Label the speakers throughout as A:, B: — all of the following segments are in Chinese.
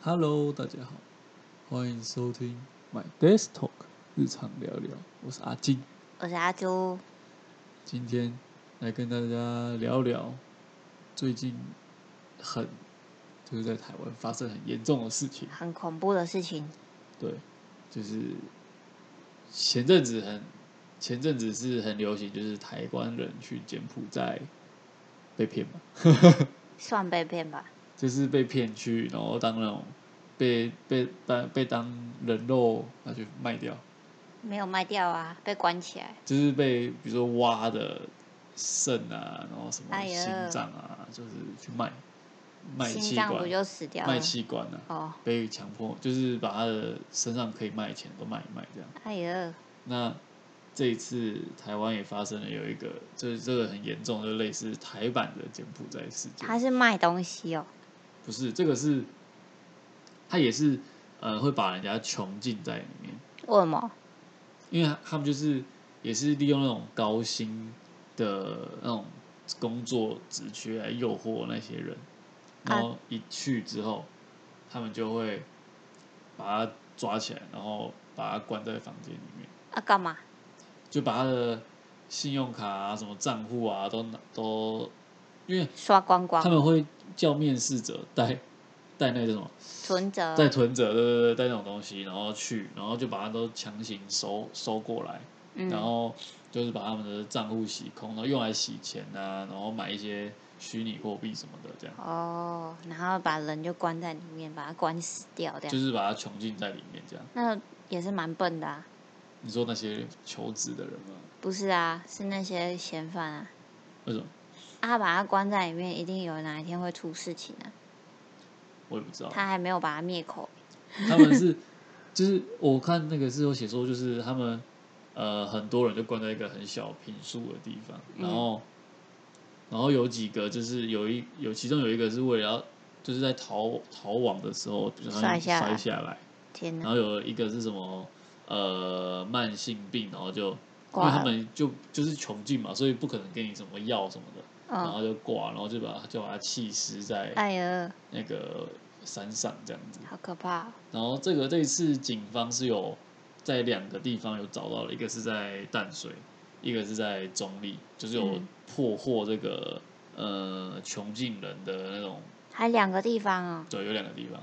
A: Hello，大家好，欢迎收听 My Desk Talk 日常聊聊，我是阿金，
B: 我是阿朱，
A: 今天来跟大家聊聊最近很就是在台湾发生很严重的事情，
B: 很恐怖的事情，
A: 对，就是前阵子很前阵子是很流行，就是台湾人去柬埔寨被骗嘛，
B: 算被骗吧？
A: 就是被骗去，然后当那种被被当被当人肉拿去卖掉。
B: 没有卖掉啊，被关起来。
A: 就是被比如说挖的肾啊，然后什么
B: 哎呦
A: 心脏啊，就是去卖卖
B: 心
A: 器
B: 脏不
A: 官，
B: 就死掉
A: 卖
B: 了？
A: 器官啊，
B: 哦，
A: 被强迫就是把他的身上可以卖的钱都卖一卖这样。
B: 哎呦，
A: 那这一次台湾也发生了有一个，就是这个很严重，就类似台版的柬埔寨事件。
B: 他是卖东西哦，
A: 不是这个是，他也是呃会把人家囚禁在里面。
B: 为什么？
A: 因为他他们就是也是利用那种高薪的那种工作职缺来诱惑那些人，
B: 啊
A: 然后一去之后，他们就会把他抓起来，然后把他关在房间里面，
B: 啊，干嘛？
A: 就把他的信用卡啊、什么账户啊都拿都，因为
B: 刷光光
A: 他，们会叫面试者带带那个什么
B: 存折，
A: 带存折，对对对，带那种东西，然后去，然后就把他都强行收收过来。然
B: 嗯，
A: 后就是把他们的账户洗空，然后用来洗钱啊，然后买一些虚拟货币什么的，这样
B: 哦，然后把人就关在里面，把他关死掉，这
A: 就
B: 样，
A: 是把它囚禁在里面。这样，
B: 那也是蛮笨的啊。
A: 你说那些求职的人吗？
B: 不是啊，是那些嫌犯啊，
A: 为什么？
B: 啊，他把他关在里面，一定有哪一天会出事情啊。
A: 我也不知道。
B: 他还没有把他灭口，
A: 他们是，就是我看那个是有写说，就是他们呃很多人就关在一个很小平数的地方，
B: 嗯
A: 然后、然后有几个就是有一有其中有一个是为了要就是在逃逃亡的时候，比如说他
B: 摔下来
A: 摔下来。
B: 天
A: 然
B: 哪，哦
A: 后有一个是什么呃慢性病，然后就因为
B: 挂了
A: 他们就就是穷尽嘛，所以不可能给你什么药什么的，然
B: 嗯，
A: 后就挂，然后就把就把它弃尸在
B: 哎呦，
A: 那个山上这样子。
B: 好可怕哦、
A: 然后这个这一次警方是有在两个地方有找到了，一个是在淡水，一个是在中立，就是有
B: 嗯
A: 破获这个呃穷尽人的那种，
B: 还两个地方哦，
A: 对，有两个地方。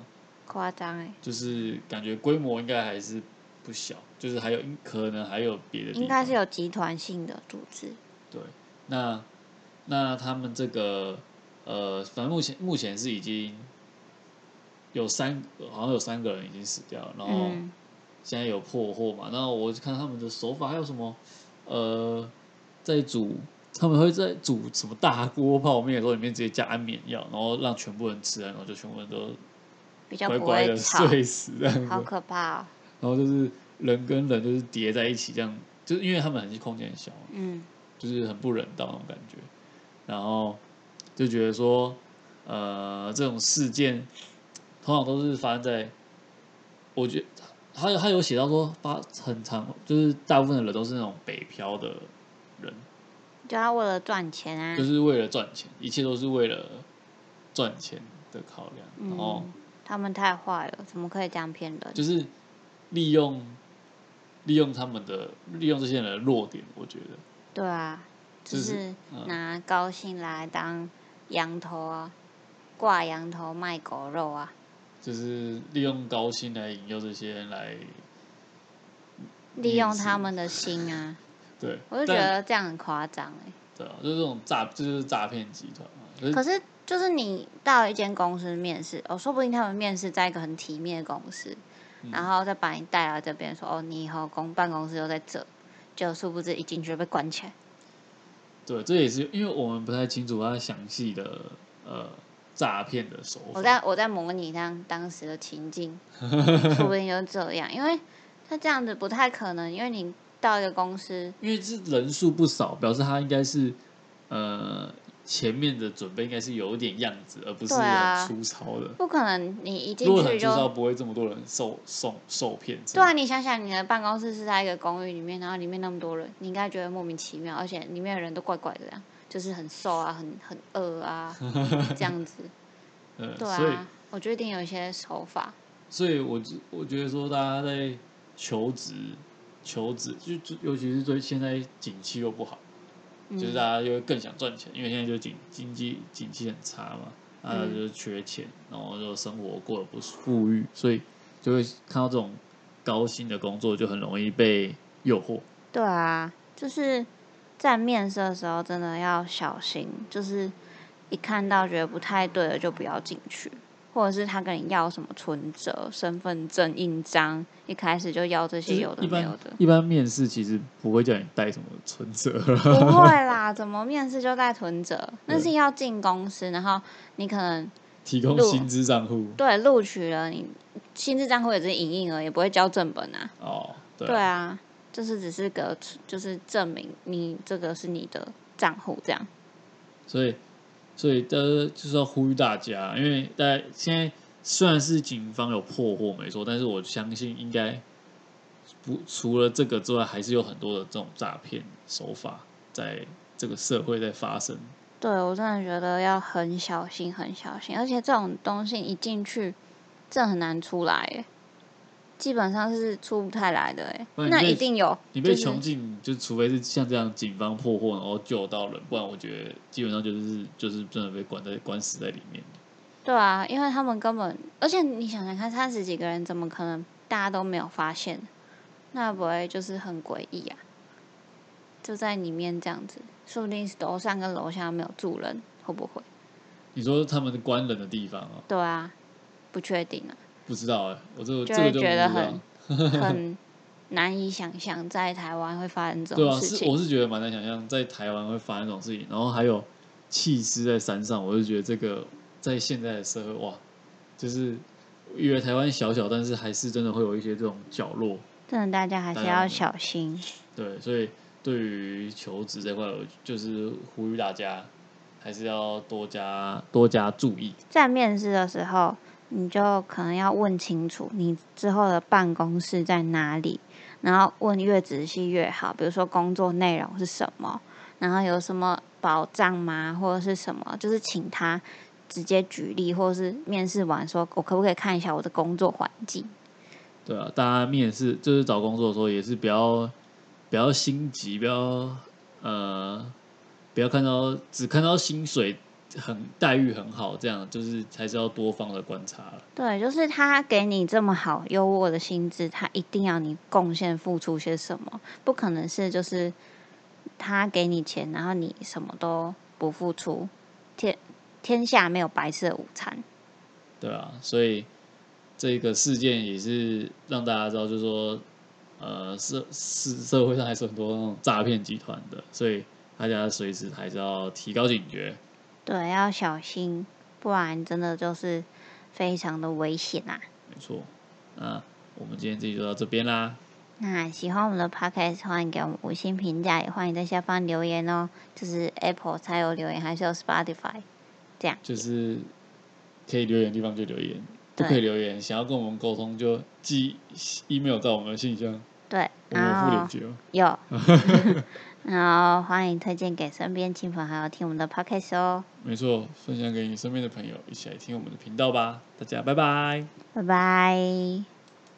B: 夸张哎，
A: 就是感觉规模应该还是不小，就是还有可能还有别的地方，
B: 应该是有集团性的组织。
A: 对。那那他们这个呃，反正目前目前是已经有三呃好像有三个人已经死掉了，然后
B: 嗯，
A: 现在有破获嘛，然后我看他们的手法还有什么呃，在煮。他们会在煮什么大锅泡面的时候，里面直接加安眠药，然后让全部人吃完，然后就全部人都
B: 比较
A: 乖
B: 不
A: 乖
B: 会
A: 的
B: 吵，
A: 睡死这样子。
B: 好可怕哦。
A: 然后就是人跟人就是叠在一起，这样就是因为他们很空间很小嘛，
B: 嗯，
A: 就是很不人道那种感觉。然后就觉得说，呃，这种事件通常都是发生在，我觉得他他有写到说发很长，就是大部分的人都是那种北漂的人，
B: 就他为了赚钱啊
A: 就，是为了赚钱，一切都是为了赚钱的考量，然后
B: 嗯，他们太坏了，怎么可以这样骗人？
A: 哦就是利用利用他们的利用这些人的弱点，我觉得。
B: 对啊，就
A: 就是
B: 是
A: 嗯
B: 拿高薪来当羊头啊，挂羊头卖狗肉啊，
A: 就是利用高薪来引诱这些人来，
B: 利用
A: 面试
B: 他们的心啊，
A: 对，
B: 我就觉
A: 嗯但
B: 得这样很夸张哎。
A: 对啊，就是这种诈，这就是诈骗集团嘛。可
B: 可
A: 是
B: 是就是你到一间公司面试，哦，说不定他们面试在一个很体面的公司，
A: 嗯
B: 然后再把你带来这边，说哦，你以后公办公室又在这，就殊不知一进去就被关起来。
A: 对，这也是因为我们不太清楚他详细的呃诈骗的手法。
B: 我在我在模拟当当时的情境，说不定就是这样，因为他这样子不太可能，因为你到一个公司，
A: 因为是人数不少，表示他应该是呃前面的准备应该是有一点样子，而不是
B: 对啊
A: 很粗糙的。
B: 不可能你一进
A: 如果很
B: 去
A: 粗糙，
B: 就。
A: 不会这么多人受受受骗。
B: 对啊，你想想，你的办公室是在一个公寓里面，然后里面那么多人，你应该觉得莫名其妙，而且 里面的人都怪怪的、啊，就是很瘦啊，很很饿啊，这样子。
A: 呃，
B: 对
A: 所以
B: 啊，我觉得一定有一些手法，
A: 所以我只我觉得说，大家在求职、求职，就就尤其是对现在景气又不好，
B: 嗯
A: 就是大啊家就会更想赚钱，因为现在就经经济景气很差嘛，大家
B: 嗯
A: 就是缺钱，然后就生活过得不富裕，所以就会看到这种高薪的工作就很容易被诱惑。
B: 对啊，就是在面试的时候真的要小心，就是一看到觉得不太对的就不要进去，或者是他跟你要什么存折、身份证印章，一开始就要这
A: 就
B: 些
A: 是
B: 有的
A: 一
B: 没
A: 般。
B: 有的
A: 一般面试其实不会叫你带什么存折，
B: 不会啦，怎么面试就带存折？那
A: 对
B: 是要进公司，然后你可能
A: 提供
B: 录
A: 薪资账户
B: 对录取了，你薪资账户也只是影印而已，不会交正本啊。
A: 哦，对
B: 对啊，就是只是个就是证明你这个是你的账户这样。
A: 所以，所以呃，就是要呼吁大家，因为大家现在虽然是警方有破获没错，但是我相信应该不除了这个之外，还是有很多的这种诈骗手法在这个社会在发生。
B: 对，我真的觉得要很小心，很小心，而且这种东西一进去，这很难出来耶，基本上是出不太来的哎。
A: 不然你
B: 那
A: 被
B: 一定有，
A: 你被
B: 就是
A: 穷尽，就除非是像这样警方破获，然后救到人，不然我觉得基本上就是就是真的被关在关死在里面。
B: 对啊，因为他们根本，而且你想想看，三十几个人，怎么可能大家都没有发现？那不会就是很诡异啊？就在里面这样子，说不定楼上跟楼下没有住人，会不会？
A: 你说他们关人的地方啊？
B: 对啊，不确定 啊。
A: 不知道哎、我这个
B: 就
A: 这个
B: 会
A: 就不
B: 觉
A: 知
B: 得
A: 道
B: 很。很难以想象在台湾会发生这
A: 对
B: 种
A: 啊，
B: 事
A: 是
B: 情。
A: 我是觉得蛮难想象在台湾会发生这种事情，然后还有弃尸在山上，我就觉得这个在现在的社会哇，就是以为台湾小小，但是还是真的会有一些这种角落，
B: 真的，大家还是
A: 当然
B: 要
A: 了
B: 小心。
A: 对，所以对于求职这块，我就是呼吁大家还是要多加多加注意。
B: 在面试的时候，你就可能要问清楚你之后的办公室在哪里，然后问越仔细越好。比如说工作内容是什么，然后有什么保障吗，或者是什么，就是请他直接举例，或者是面试完说，我可不可以看一下我的工作环境？
A: 对啊，大家面试就是找工作的时候，也是不要不要心急，不要呃，不要看到只看到薪水很待遇很好，这样就是还是要多方的观察了。
B: 对，就是他给你这么好优渥的薪资，他一定要你贡献付出些什么，不可能是就是他给你钱，然后你什么都不付出。天天下没有白吃的午餐。
A: 对啊，所以这个事件也是让大家知道，就是说呃，社社社会上还是很多那种诈骗集团的，所以大家随时还是要提高警觉。
B: 对，要小心，不然真的就是非常的危险啊。
A: 没错，那我们今天这集就到这边啦。
B: 那喜欢我们的 podcast，欢迎给我们五星评价，也欢迎在下方留言哦。就是 Apple 才有留言，还是有 Spotify 这样。
A: 就是可以留言的地方就留言，不
B: 对
A: 可以留言，想要跟我们沟通就寄 email 到我们的信箱，
B: 对，
A: 我们有
B: 然
A: 附
B: 后
A: 链。接哦。
B: 有， 然后欢迎推荐给身边亲朋好友听我们的 podcast 哦，
A: 没错，分享给你身边的朋友，一起来听我们的频道吧。大家拜拜。
B: 拜拜。